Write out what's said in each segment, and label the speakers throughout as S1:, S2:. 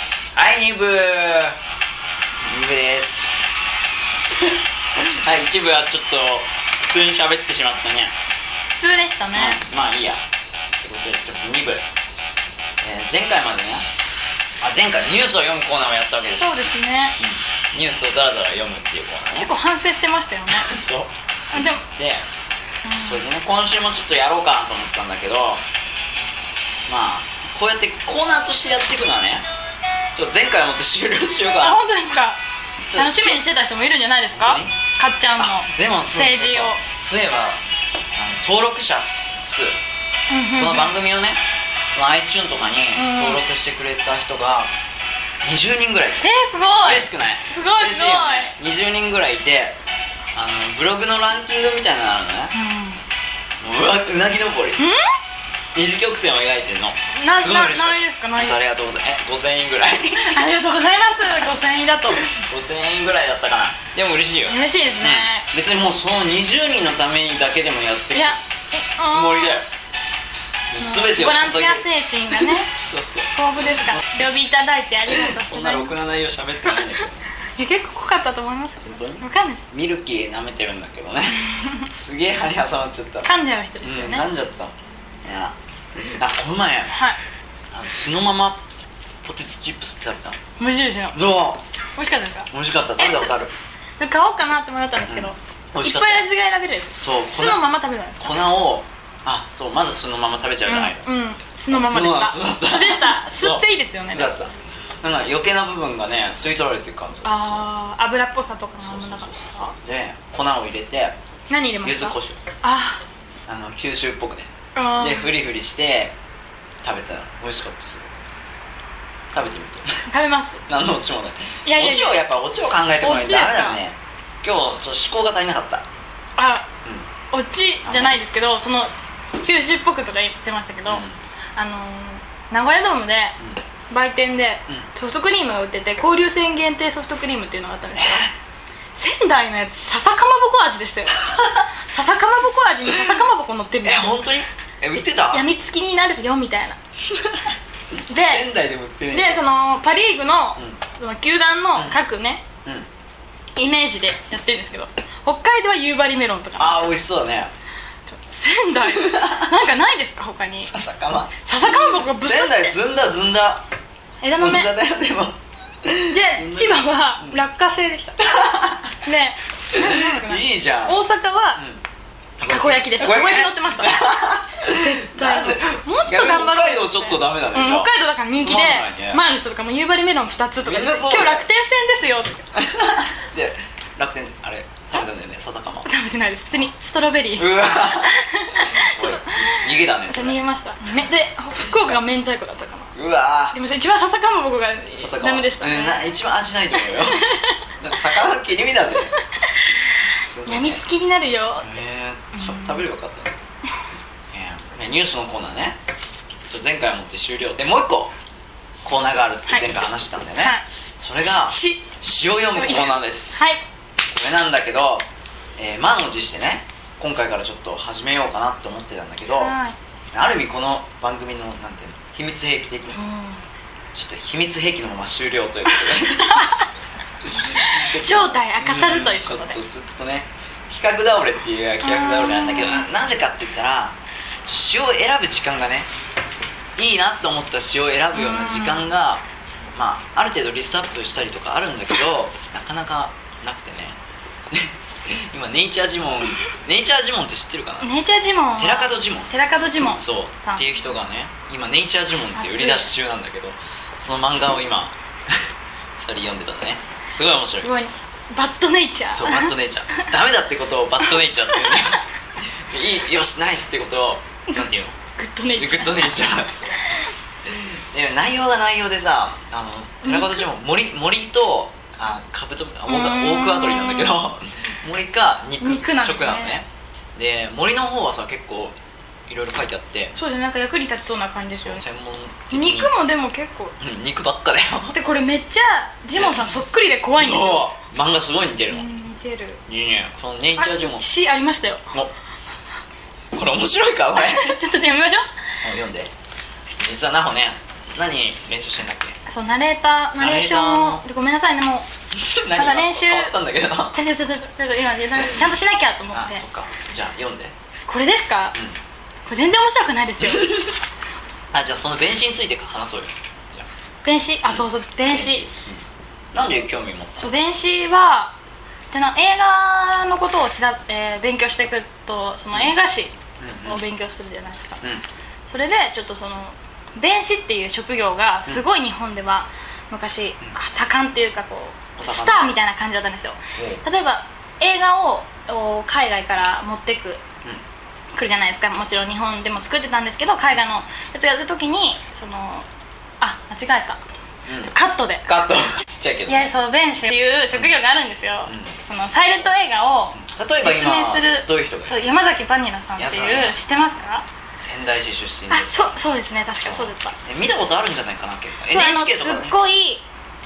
S1: ニーブニーブです はい一部はちょっと普通に喋ってしまったね
S2: 普通でしたね、
S1: うんまあいいやってことでちょっと2部、えー前回までねあ前回ニュースを読むコーナーもやったわけです、う
S2: そうですね
S1: ん、ニュースをダラダラ読むっていうコーナー
S2: 結
S1: ね
S2: 構反省してましたよね
S1: そう
S2: あでも、
S1: でそれでね今週もちょっとやろうかなと思ったんだけどまあこうやってコーナーとしてやっていくのはねちょっと前回をもって終了しよう
S2: あ
S1: かな
S2: 本当ですか
S1: ちょ
S2: 楽しみにしてた人もいるんじゃないですか
S1: 本当に
S2: かっちゃんの
S1: あでもそうそうそう
S2: 政治を
S1: そういえばあの登録者数
S2: うん
S1: こ
S2: うん
S1: の番組をねその iTune とかに登録してくれた人が20人ぐらい
S2: えー、すごい
S1: 嬉しくない
S2: すごい
S1: 嬉しいよね20人ぐらいいてあのブログのランキングみたいなのあるのねもううわうなぎ登り
S2: うんん
S1: 二次曲線を描いてるの
S2: な
S1: すごい嬉しかった
S2: なないですかない
S1: ありがとうございますえ5000円ぐら い
S2: ありがとうございます5000円だと
S1: 5000円ぐらいだったかなでも嬉しいよ、
S2: 嬉しいですね
S1: うん別にもうその20人のためにだけでもやって
S2: い
S1: る
S2: や
S1: つもりだよもう全てを
S2: ボランテ
S1: 捧
S2: ィ
S1: げ
S2: ア
S1: る
S2: 精神がね
S1: そうそう
S2: 豊富ですからお呼びいただいてありがとう
S1: そ
S2: ご
S1: んな
S2: ざい
S1: ろ
S2: ま
S1: く
S2: す
S1: な内容喋ってないんだけど
S2: いや結構濃かったと思います
S1: 本当に
S2: わかんないです
S1: ミルキー舐めてるんだけ どねすげえ針挟まっちゃった
S2: 噛んじゃう人
S1: う
S2: ですよ
S1: ん
S2: ね、
S1: 噛んじゃったいやあこの前
S2: はい
S1: あのそのままポテトチップス食べたの
S2: 無印の
S1: そ
S2: 美味しかったですか
S1: う美味しかった食べたことある
S2: で買おうかなって迷ったんですけど、
S1: うん美味
S2: い
S1: し
S2: っ
S1: かっ
S2: ぱ
S1: た
S2: い味が選べるやつ
S1: そう
S2: 酢
S1: 粉
S2: のまま食べたんですか
S1: 粉をあそうまずそのまま食べちゃうじゃないの、
S2: うん、うん、酢のままでした
S1: 酢のまま
S2: でした
S1: そ
S2: 酢
S1: う
S2: っていいですよね
S1: だったなんか余計な部分がね吸い取られていく感じ
S2: ああ油っぽさとか
S1: そ
S2: も
S1: う
S2: あん
S1: そうそ
S2: まなか
S1: う
S2: ったです
S1: そ
S2: か
S1: うで粉を入れて
S2: 何入れま
S1: 柚
S2: し
S1: 子
S2: た
S1: 胡椒
S2: あ
S1: あの九州っぽくね
S2: ーあー
S1: でフリフリして食べたら美味しかったすごく食べてみ て
S2: 食べます
S1: 何のオチもない
S2: いやいやいや
S1: オチをやっぱオチを考えてもらえと
S2: オチ
S1: ダ
S2: です
S1: メ
S2: か
S1: だね今日ちょっと思考が足りなかった
S2: あ
S1: うん
S2: オチじゃないですけどその九州っぽくとか言ってましたけど、
S1: うん
S2: あのー名古屋ドームで売店で
S1: うん
S2: ソフトクリームが売ってて交流戦限定ソフトクリームっていうのがあったんですよ仙台のやつ笹かまぼこ味でした よ笹かまぼこ味に笹かまぼこ乗ってるん
S1: え
S2: ですよ
S1: 本当にえ売ってた
S2: やみつきになるよみたいな
S1: 仙
S2: で
S1: 台でも売ってね
S2: でそのパ・リーグの,、
S1: う
S2: その球団の各ね、
S1: えうん
S2: イメージでやってるんですけど北海道は夕張メロンとか
S1: あー美味しそうだね
S2: ちょ仙 台なんかないですか他に
S1: 笹かま
S2: 笹かまぼこがブス
S1: 仙
S2: っ
S1: 台
S2: て
S1: ずんだずんだ
S2: 枝
S1: ずん
S2: 豆
S1: だだよでも
S2: で千葉は落花生 でしたね
S1: いいじゃん
S2: 大阪は
S1: うん
S2: たこ焼きでしたたこ焼き乗ってま した絶対
S1: なんで
S2: もっと頑張ろ
S1: 逆
S2: う
S1: に北海道ちょっとダメだね
S2: うん、北海道だから人気で
S1: つまんないね
S2: 前の人とかも夕張メロン2つとかで
S1: みん
S2: 今
S1: な
S2: 日
S1: そう
S2: 楽
S1: だよ
S2: 天戦ですよって
S1: で楽天あれ食べたんだよね笹 かま
S2: 食べてないです普通にストロベリー
S1: うわ おい逃げだねそ
S2: 逃
S1: れ
S2: げましためで福岡が明太子だったかな
S1: うわ
S2: でも一番笹かまぼこが
S1: 笹かま
S2: ダメでした
S1: うんな
S2: ね
S1: 一番味ないと 思うよだって魚切り身だぜ
S2: やみつきになるよ
S1: えーちょ食べればよかったねえーねニュースのコーナーねちょっと前回もって終了でもう一個コーナーがあるって前回話したんだよね、
S2: はい
S1: それが
S2: し
S1: 詩を読むコーナーです
S2: はい
S1: これなんだけど、えー満を持してね今回からちょっと始めようかなと思ってたんだけど、
S2: はい
S1: ある意味この番組のなんていうの秘密兵器的にちょっと秘密兵器のまま終了ということで
S2: 正体明かさずということ
S1: ん
S2: で
S1: ちょっとずっとね企画倒れっていう企画倒れなんだけど
S2: あー
S1: ななぜかって言ったらちょ詩を選ぶ時間がねいいなと思った詩を選ぶような時間が、まあ、ある程度リストアップしたりとかあるんだけどなかなかなくてね 今ネイチャージモンネイチャージモンって知ってるかな、
S2: ネイチャージモンは
S1: 寺門ジモン
S2: 寺門ジモン
S1: そう
S2: さん
S1: っていう人がね今ネイチャージモンっていう売り出し中なんだけどその漫画を今 二人読んでたのねすごい面白い
S2: すごいバッドネイチャー
S1: そうバッドネイチャーダメだってことをバッドネイチャーっていうねいいよしナイスってことをなんていうの
S2: グッドネ
S1: グ
S2: イチャー
S1: ッドネイチャーですで内容が内容でさあの寺門ジモン森森とあカブトあウォーカ
S2: う
S1: ー
S2: ー
S1: ウ
S2: ん
S1: ォークアトリーなんだけど森か肉
S2: 肉なんです
S1: 食
S2: ね
S1: なのねで森の方はさ結構いろいろ書いてあって
S2: そうですねなんか役に立ちそうな感じですよね
S1: 専門的に
S2: 肉もでも結構
S1: うん肉ばっかだよ
S2: でこれめっちゃジモンさんそっくりで怖いんですよ
S1: おー漫画すごい似てる
S2: う
S1: の、い
S2: ん似てる
S1: いねこのネイチャージモン
S2: あ詩ありましたよ
S1: おこれ面白いかこれ
S2: ちょっと読みましょう
S1: 読んで実はなほね何練習してんだっ け
S2: そうナレーターナレーションを
S1: ナレータ
S2: ごめんなさいねもう
S1: 何
S2: まだ練習
S1: 変わったんだけどな
S2: ちょっとちょっとちょっと今ちゃんとしなきゃと思っ
S1: あ
S2: て
S1: そっかじゃあ読んで
S2: これですか
S1: うん
S2: これ全然面白くな いですよ
S1: あじゃあその弁詞について話そうよじゃあ
S2: 弁士あそうそう弁士
S1: うんなんで興味持った
S2: そう弁士はでな映画のことを知ら、えー勉強していくとその映画史
S1: うん
S2: を勉強するじゃないですか、
S1: うんうん
S2: それでちょっとその弁士っていう職業がすごい日本では昔、盛んっていうかこ
S1: お
S2: う
S1: 盛ん
S2: スターみたいな感じだったんですよ例えば映画をお海外から持ってく来るじゃないですかもちろん日本でも作ってたんですけど海外のやつやるときにそのあ間違えた
S1: うんうん
S2: カットで
S1: カットちっちゃいけど
S2: い
S1: ね
S2: やそう弁士っていう職業があるんですよ、
S1: うん
S2: そのサイレント映画を
S1: 例えば
S2: 説明する
S1: 今どういう人がい
S2: そう
S1: る
S2: 山崎バニラさんって
S1: いや
S2: いう知ってますか
S1: 仙台市出身
S2: あ
S1: です
S2: そうそうですね確かそうだった
S1: え見たことあるんじゃないかな結構
S2: そうあの
S1: NHK と
S2: す
S1: かで
S2: っ
S1: ね
S2: ごい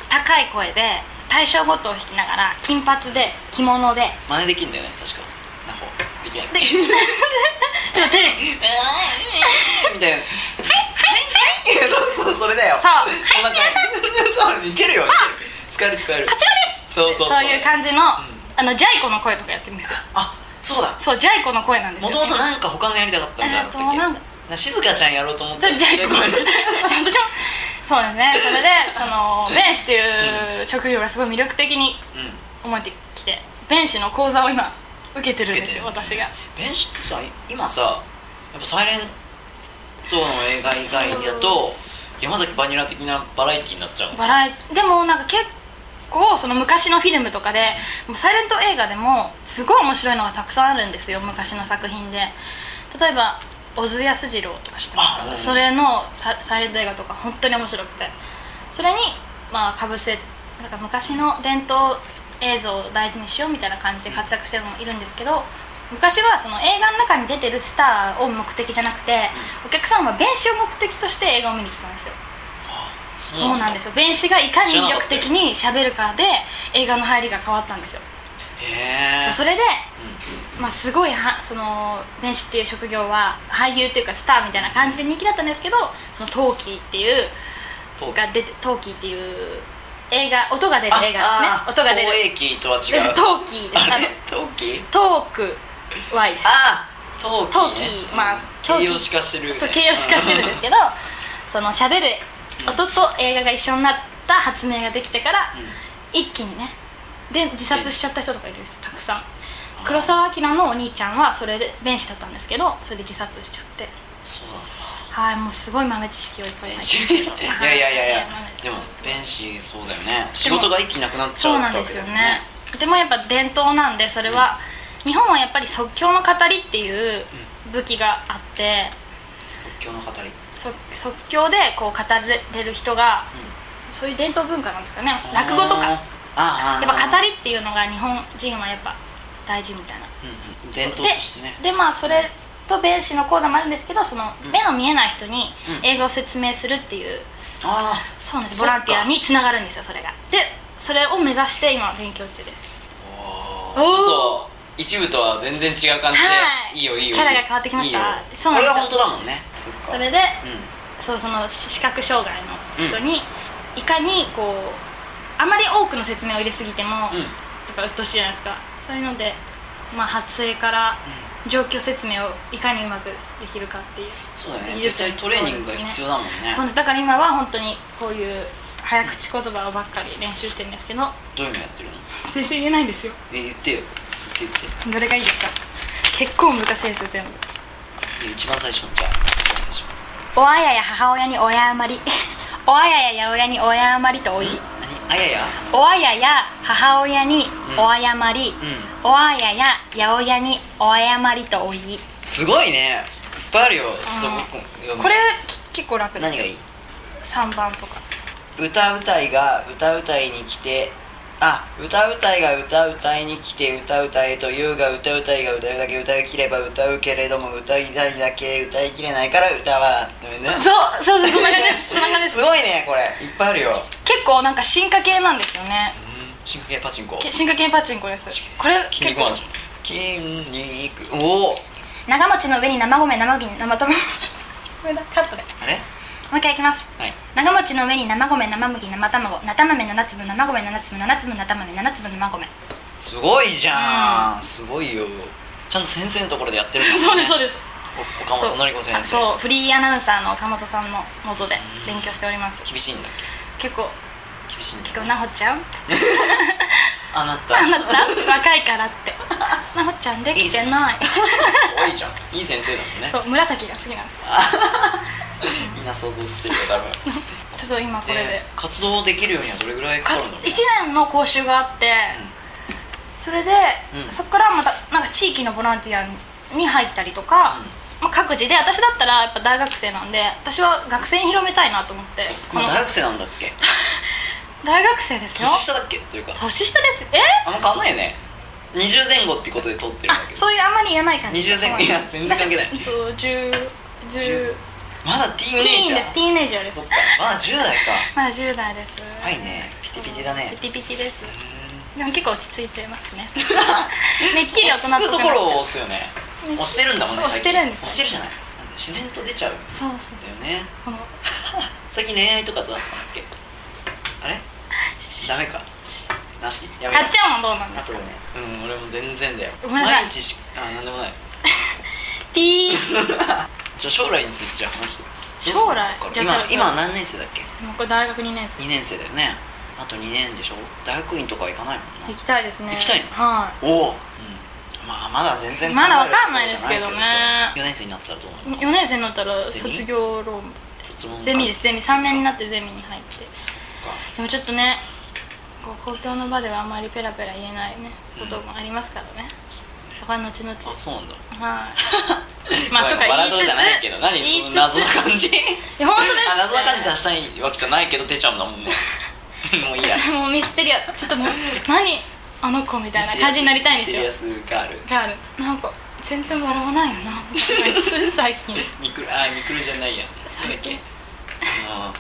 S2: 高い声で大正ごとを弾きながら金髪で着物 で
S1: 真似できんだよね確かなほできない
S2: でちょ っとテレビ
S1: みたいなそうそうそれだよ
S2: そう
S1: そんな感じそういけるよいける使える使える
S2: 課長です
S1: そうそう
S2: そういう感じの、
S1: ん
S2: あのジャイ子の声とかやってみるんですよ
S1: あそうだ
S2: そうジャイ子の声なんですよ
S1: もともとなんか他のやりたかったんだ
S2: えーとなんだ
S1: な静香ちゃんやろうと思っ
S2: ジ
S1: て
S2: ャイ子の声 そうですねそれでその弁士っていう職業がすごい魅力的に
S1: うん
S2: 思えてきて弁士の講座を今受けてるんですよ
S1: 受けて
S2: 私
S1: る
S2: が
S1: 弁士ってさ今さやっぱサイレントの映画以外だと
S2: そう
S1: 山崎バニラ的なバラエティーになっちゃうの
S2: バラエでもなんか結構その昔のフィルムとかでもうサイレント映画でもすごい面白いのがたくさんあるんですよ昔の作品で例えば小津安二郎とか知ってます
S1: あう
S2: か
S1: ん
S2: それのササイレント映画とか本当に面白くてそれにまあかぶせなんか昔の伝統映像を大事にしようみたいな感じで活躍してるのもいるんですけど昔はその映画の中に出てるスターを目的じゃなくてお客さんは弁士を目的として映画を見に来たんですよ
S1: そ
S2: そうなんですよ弁士がいかに
S1: 知らなか
S2: 魅
S1: っ
S2: 力
S1: たよ
S2: 的に喋るかで映画の入りが変わったんですよ
S1: へえ
S2: そうそれで、まあ、すごいはその弁士っていう職業は俳優っていうかスターみたいな感じで人気だったんですけどそのトーキーっていう
S1: 東
S2: が出てトーキーっていう映画音が出る映画ですね音が出る
S1: 東映機とは違
S2: で
S1: う
S2: トーキーです
S1: あ
S2: あ
S1: れ
S2: の
S1: 東機
S2: トークワイです
S1: あー東機ね
S2: 陶器まあ陶器
S1: 形容詞化してるよね
S2: そう形容詞化してるんですけどその喋る音と映画が一緒になった発明ができてから
S1: うん
S2: 一気にねで自殺しちゃった人とかいるんですよたくさん黒澤明のお兄ちゃんはそれで弁士だったんですけどそれで自殺しちゃって
S1: そうなんだ
S2: はいもうすごい豆知識をいっぱい
S1: 弁
S2: 入っ
S1: 士
S2: て
S1: い
S2: る
S1: やいやいやいや
S2: はい
S1: でも弁士そうだよね仕事が一気になくなっちゃ
S2: そううな
S1: っ
S2: ん
S1: てわ
S2: で
S1: け
S2: す
S1: だ
S2: よ
S1: よ
S2: ね
S1: ね
S2: でもやっぱ伝統なんでそれは、日本はやっぱり即興の語りっていう武器があって、
S1: 即興の語り
S2: 即即興でこう語れる人が、そそういう伝統文化なんですかね落語とか
S1: あー
S2: やっ
S1: あーあー
S2: ぱ語りっていうのが日本人はやっぱ大事みたいな
S1: うんうん伝統としてね
S2: ででまあそれと弁士の講座もあるんですけどその
S1: うん
S2: 目の見えない人に
S1: うん
S2: 英語を説明するっていう、
S1: ああ
S2: そうなんです
S1: そ
S2: ボ
S1: っか
S2: ランティアにつながるんですよそれがでそれを目指して今勉強中です
S1: おー
S2: おー
S1: ちょっと一部とは全然違う感じで、
S2: はい
S1: い、いよいいよ
S2: キャラが変わってきました
S1: いいよ
S2: そう
S1: こ
S2: なん
S1: れ
S2: です
S1: が
S2: よ
S1: 本当だもんねそっか
S2: それで
S1: う
S2: そうその視視覚障害の人に、いかにこうあまり多くの説明を入れすぎても、
S1: んうん
S2: やっぱ鬱陶しいじゃないですかそういうので、まあ、発声から状況説明をいかにうまくできるかっていう、
S1: そうだね
S2: 技
S1: 実
S2: 術
S1: 際トレーニングが必要だもんね
S2: そうですだから今は本当にこういう早口言葉ばっかり練習してるんですけど
S1: どういうのやってるの
S2: 全然言えないんですよ
S1: え言ってよ言って言っ
S2: どれがいいですか結構難しいですよ全部
S1: ていや一番最初のじゃあ一番最初
S2: おあやや母親に親余りおあやや八百屋に親余りとおい
S1: 何あやや
S2: おあやや母親にお誤り、
S1: うん
S2: おあやや八百屋にお誤りとおい
S1: すごいねいっぱいあるよちょっと僕読む
S2: これき結構楽です
S1: 何がいい
S2: 3番とか
S1: 歌うたいが歌うたいに来てあ歌うたいが歌うたいに来て歌うたいと言うが歌うたいが歌うだけ歌いきれば歌うけれども歌いたいだけ歌いきれないから歌はごめんね
S2: そうそうそうこんな感じ ですこんな感じです
S1: すごいねこれいっぱいあるよ
S2: 結構なんか進化系なんですよね
S1: 進化系パチンコ
S2: け進化系パチンコですこれ
S1: 筋
S2: 結
S1: 肉
S2: 構
S1: マン筋肉おお
S2: 長持ちの上に生米生銀生卵ごめんなカットで
S1: あれ
S2: もう一回いきます
S1: はい
S2: 長餅の上に生米生麦生卵生豆7粒生米7粒7粒生豆7粒生米
S1: すごいじゃん、すごいよちゃんと先生のところでやってるんです
S2: そうですそう
S1: で
S2: です
S1: す岡本典子先生
S2: そうそうフリーアナウンサーの岡本さんのもとで
S1: うん
S2: 勉強しております
S1: 厳しいんだっ
S2: 結構
S1: け厳しいんだっ
S2: 結
S1: け
S2: 構なほちゃん
S1: あなた
S2: あなた若いから ってなほちゃんできてない
S1: 多いじゃんいい先生だもんね
S2: そう紫が好きなんですよ
S1: みんな想像してるよ多分
S2: ちょっと 今これで
S1: で活動できるようにはどれぐらいか
S2: か
S1: かるの
S2: 1年の講習があって、それで、
S1: うん
S2: そこからまたなんか地域のボランティアに入ったりとか、まあ、各自で私だったらやっぱ大学生なんで私は学生に広めたいなと思って
S1: うんもう大学生なんだっけ
S2: 大学生ですよ
S1: 年下だっけというか
S2: 年下ですえ
S1: あんま変わんないよね20前後ってことで撮ってるんだ
S2: あ
S1: けど
S2: そういうあんまり言えない感じ
S1: 20前後いや全然関 係ない
S2: 私えっと10 10
S1: まだティーン
S2: ティ
S1: ネイ
S2: ー
S1: ジ
S2: ン
S1: ャ
S2: で
S1: ー
S2: ティーンエイジャーです
S1: そっかまだ10代か
S2: まだ10代です
S1: はいねピテピテだね
S2: ピテピテです
S1: う
S2: でも結構落ち着いてます ねめっきり大人
S1: ん落ち着く
S2: っぽくな
S1: と
S2: っち
S1: ころ
S2: ゃ
S1: を
S2: う
S1: 押すよね押してるんだもんね
S2: そう
S1: 最近
S2: 押してるんですよ
S1: 押してるじゃないなんで自然と出ちゃうんだ
S2: そうそう
S1: よね
S2: そうこの
S1: 最近恋愛とかどうだったんだっけあれダメかなしやめよ
S2: たっ
S1: う
S2: ちゃんもどうなんで
S1: あ
S2: す
S1: と
S2: か
S1: ねうん俺も全然だよ
S2: ごめんなさい
S1: 毎日しあなんでもない
S2: ピー
S1: じゃあ将来についてじゃあ話して
S2: 将来
S1: どうす
S2: じゃ
S1: る
S2: あ
S1: の
S2: じゃ
S1: 今今
S2: あ
S1: は何年生だっけ
S2: もうこれ大学2年生
S1: 2年生だよねあと2年でしょ大学院とか行かないもんな
S2: 行きたいですね
S1: 行きたいの
S2: は
S1: おお、うん、まあまだ全然
S2: まだわかんないですけどね
S1: 4年生になったらどう
S2: い
S1: なる
S2: 4年生になったら
S1: ゼミ
S2: 卒業論文
S1: 卒論か
S2: ゼミですすゼミ3年になってゼミに入ってでもちょっとねこう公共の場ではあんまりペラペラ言えないねこともありますからね、そこは後々
S1: あそうなんだ
S2: はい まあ
S1: ご
S2: と
S1: め
S2: か
S1: ん笑うとこ
S2: 言いつつ
S1: じゃないけど何その謎の
S2: 言いつ
S1: 感じ
S2: ついや本当です
S1: あ謎な感じ出したいわけじゃないけど出ちゃうんだ もんねもういいや
S2: つもうミステリアちょっともう何あの子みたいな感じになりたいんですよ
S1: ミステリアスガール
S2: ガールなんか全然笑わないよ なみたいな最近
S1: ミクルあミクルじゃないやなんだっけあの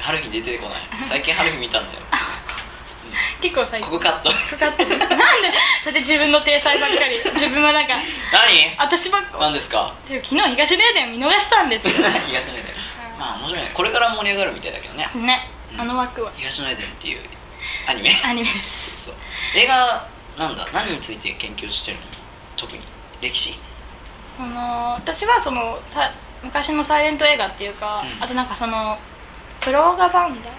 S1: 春日出てこない最近春日見たんだよ
S2: 結構最近
S1: ここカット
S2: かかってるなんでだって自分の体裁ばっかり自分はなんか
S1: 何
S2: 私ばっか
S1: 何ですか
S2: でも昨日東レーデン見逃したんですよ
S1: 東のエデンまあ面白いねこれから盛り上がるみたいだけどね
S2: ねあの枠は
S1: 東のエデンっていうア ニメ
S2: アニメです
S1: そう映画なんだ何について研究してるの特に歴史
S2: その私はそのさ昔のサイレント映画っていうか、
S1: うん
S2: あとなんかそのプロガバンダ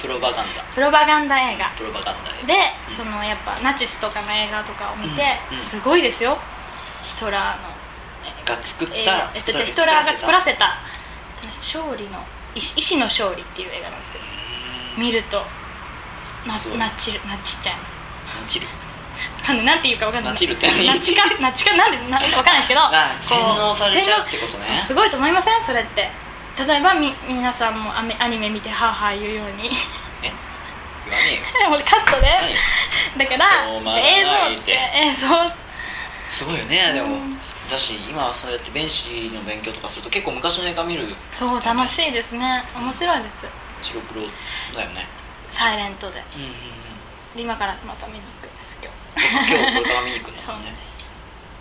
S1: プロパガンダ
S2: プロパガンダ映画
S1: プロパガンダ
S2: でそのやっぱナチスとかの映画とかを見て、
S1: うんうん
S2: すごいですよヒトラーの
S1: が作っ
S2: え
S1: た
S2: ーえっと、じゃあ
S1: ら
S2: ヒトラーが作ら
S1: た
S2: せた勝利の医師医師の勝利っていう映画なんですけど
S1: うーん
S2: 見るとな
S1: そう
S2: なっちるなっちっちゃいます
S1: ナチル
S2: わかんないなんていうかわかんない
S1: ナチルって何
S2: なっちかなっちかなんでなわかんないですけど
S1: あ
S2: こう
S1: 洗脳されちゃうってことね
S2: 洗脳そうすごいと思いませんそれって例えばみ皆さんもアメアニメ見てハーハー言うように
S1: え言わねえよ
S2: もうカットで
S1: 何
S2: だから
S1: どうも
S2: じゃあ映像って
S1: ない
S2: 映像
S1: すごいよねでも、
S2: うん
S1: だし今はそうやって弁士の勉強とかすると結構昔の映画見る
S2: そう楽しいですね面白いです
S1: 白黒だよね
S2: サイレントで
S1: うんうんうん
S2: で今からまた見に行くんです今日
S1: 今日これから見に行くんだ
S2: そう
S1: もんね
S2: です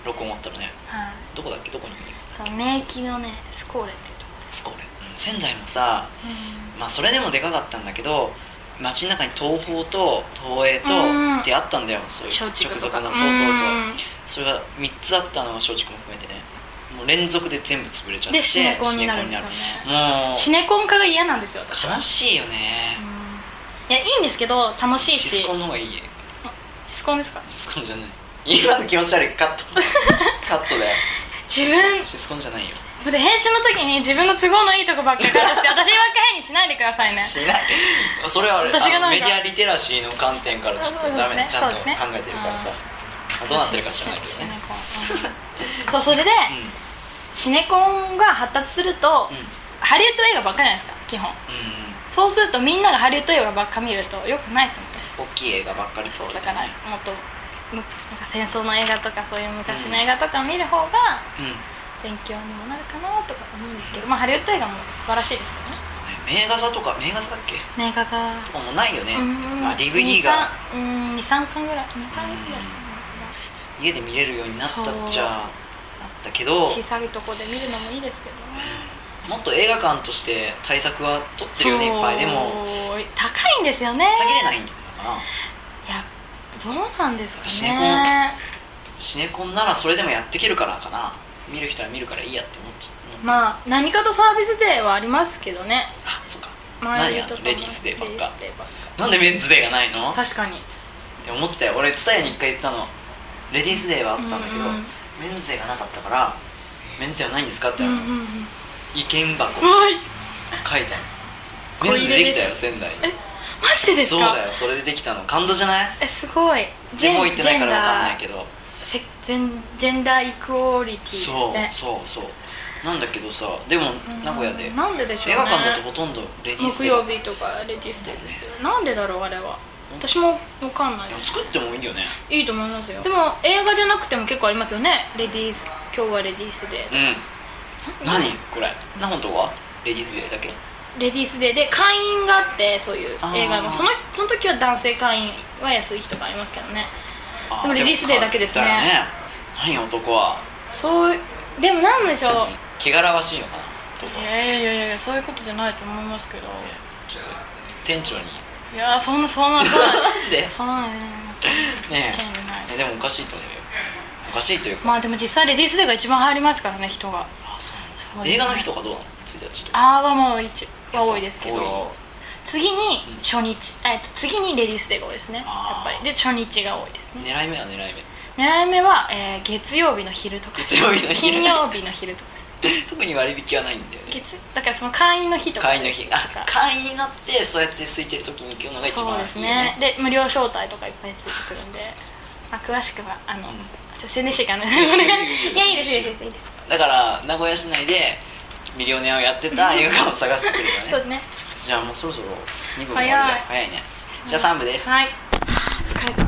S1: 録音終わったらね
S2: はい
S1: どこだっけどこに見に行
S2: と名機のねスコーレっていうとこ
S1: くスコーレ、うん仙台もさ
S2: で
S1: まあそれでもでかかったんだけど街の中に東宝と東映と
S2: うん
S1: 出会ったんだよ、そういう
S2: 松竹
S1: 直
S2: とか
S1: 属のそうそうそう、
S2: ん
S1: それが3つあったのは松竹も含めてねもう連続で全部潰れちゃって
S2: でシネコンになるんですよ
S1: シネコン
S2: ね
S1: になるもう
S2: シネコン化が嫌なんですよ私
S1: 悲しいよね、
S2: うんいやいいんですけど楽しいし
S1: シスコンの方がいいよ
S2: シスコンですか
S1: シスコンじゃない今の気持ち悪いカット カットだよ
S2: 自分
S1: シスコンじゃないよ
S2: それで編集の時に自分の都合のいいとこばっかり出 して私ばっか変にしないでくださいね
S1: しないそれはあれ
S2: 私が
S1: あの
S2: な
S1: メ
S2: ん
S1: デ
S2: か
S1: ィアリテラシーの観点からちょっとダメ、
S2: あ
S1: ち
S2: そ
S1: ゃ
S2: うんで
S1: と考
S2: すね
S1: えてるからさ
S2: そ
S1: まあ
S2: うで
S1: どうなってるか知らないけど
S2: シネ
S1: ね
S2: コンうんそうそれで、
S1: うん
S2: シネコンが発達すると、
S1: うんうん
S2: ハリウッド映画ばっかりじゃないですか基本そうするとみんながハリウッド映画ばっか見るとよくないと思うんです
S1: 大きい映画ばっかり
S2: そう
S1: だ
S2: だ
S1: か
S2: からら
S1: ね
S2: もっとむなんか戦争の映画とかそういう昔の映画とか見る方が
S1: うん
S2: 勉強にもなるかなとか思うんですけど、まあ、ハリウッド映画も素晴らしいですよね
S1: 名画座とか名画座だっけ
S2: 名画座
S1: とかもうないよね、
S2: うん
S1: まあ、DVD が
S2: 23うん23巻ぐらい2巻ぐらいしかない
S1: 家で見れるようになったっち
S2: そう
S1: ゃなったけど
S2: 小さいとこで見るのもいいですけどね
S1: もっと映画館として対策は取ってるよねいっぱいでも
S2: そう高いんですよね
S1: 下げれないのかない
S2: やどうなんですか
S1: シ
S2: ね
S1: ネシネコンならそれでもやっていけるからかな見る人は見るからいいやって思っちゃう、
S2: まあ何かとサービスデーはありますけどね
S1: あそっか
S2: 前
S1: 何
S2: 言
S1: や
S2: うとこの
S1: レディースデーばっか
S2: レディースデーばっ
S1: なんでメンズデーがないの
S2: か
S1: っ
S2: 確かに
S1: て思ったよ俺蔦屋に一回行ったのレディースデーはあったんだけど、
S2: うんうん
S1: メンズデーがなかったからメンズデーはないんですかって
S2: うん
S1: 言
S2: う
S1: われ
S2: ん
S1: たの、意
S2: うん
S1: 見箱
S2: う
S1: 書
S2: わい
S1: いてある
S2: こ
S1: メ
S2: れ
S1: ンズ
S2: 入
S1: で
S2: れ
S1: で
S2: です
S1: きたよ仙台に
S2: えマジでです
S1: そう
S2: か
S1: だよそれでできたの感動じゃない
S2: えすごいジ
S1: でも
S2: ェ
S1: 行っ
S2: ン
S1: て
S2: ジ
S1: ない
S2: ェ
S1: か
S2: ン
S1: ら分かんな
S2: ダ
S1: い
S2: ー
S1: けど
S2: せジェンジェンダーイクオリティです
S1: そう
S2: ね
S1: そうそうなんだけどさでも
S2: うん
S1: 名古屋で映
S2: なんででしょうね
S1: 画館だとほとんどレディース
S2: 木
S1: デー
S2: 曜日とかレディースデーですけどなんでだろうあれは
S1: うん
S2: 私もわかんない
S1: でも作ってもいいよね
S2: いいと思いますよでも映画じゃなくても結構ありますよねレディース今日はレディースデ
S1: う
S2: ー
S1: ん何これな本とはレディースデーだけ
S2: レディースデーで会員があってそういう映画
S1: あー
S2: もそのその時は男性会員は安い人がありますけどね
S1: あ
S2: でもレディースデーだけですね
S1: だよ何男は
S2: そうでもなんでしょ
S1: 汚らわしいのかな
S2: う
S1: 男
S2: い
S1: は
S2: やいやいやいやそういうことじゃないと思いますけ
S1: ね
S2: ど
S1: ちょっと店長に
S2: いやーそんなそんなそんな
S1: なん で
S2: そんなそんな
S1: ね
S2: 権利ない
S1: えねでもおかしいと思うよおかしいというか
S2: まあでも実際レディースデーが一番入りますからね人が
S1: あそうなんだ
S2: そうですね
S1: 映画の日とかどうなの1日とか
S2: あーはもう一は多いですけど
S1: 多
S2: 次に
S1: うん
S2: 初日、えっと次にレディースデーが多いですねや
S1: あ
S2: っ
S1: ー
S2: ぱりで初日が多いです
S1: い
S2: ね
S1: 狙い目は狙い目
S2: 狙い目は、えー月曜日の昼とか
S1: 月曜日の昼
S2: 金曜日の昼とか
S1: 特に割引はないんだよね
S2: 月だからその会員の日とか
S1: 会員の日あ
S2: か
S1: 会員になってそうやって空いてる時に行くのが一
S2: そう
S1: 番いい
S2: で
S1: よ
S2: すね
S1: ね
S2: で無料招待とかいっぱいついてくるんで
S1: そうそう
S2: まあ、詳しくはあの、
S1: うん
S2: ちょっと宣伝していいかなお願いいやいいですいいですいいです
S1: だから名古屋市内でミリオネアをやってた映画館を探してくるよね
S2: そうですね
S1: じゃあもうそろそろ2部も終わりだ
S2: 早い
S1: 早いねじゃあ3部です
S2: はいあー疲れた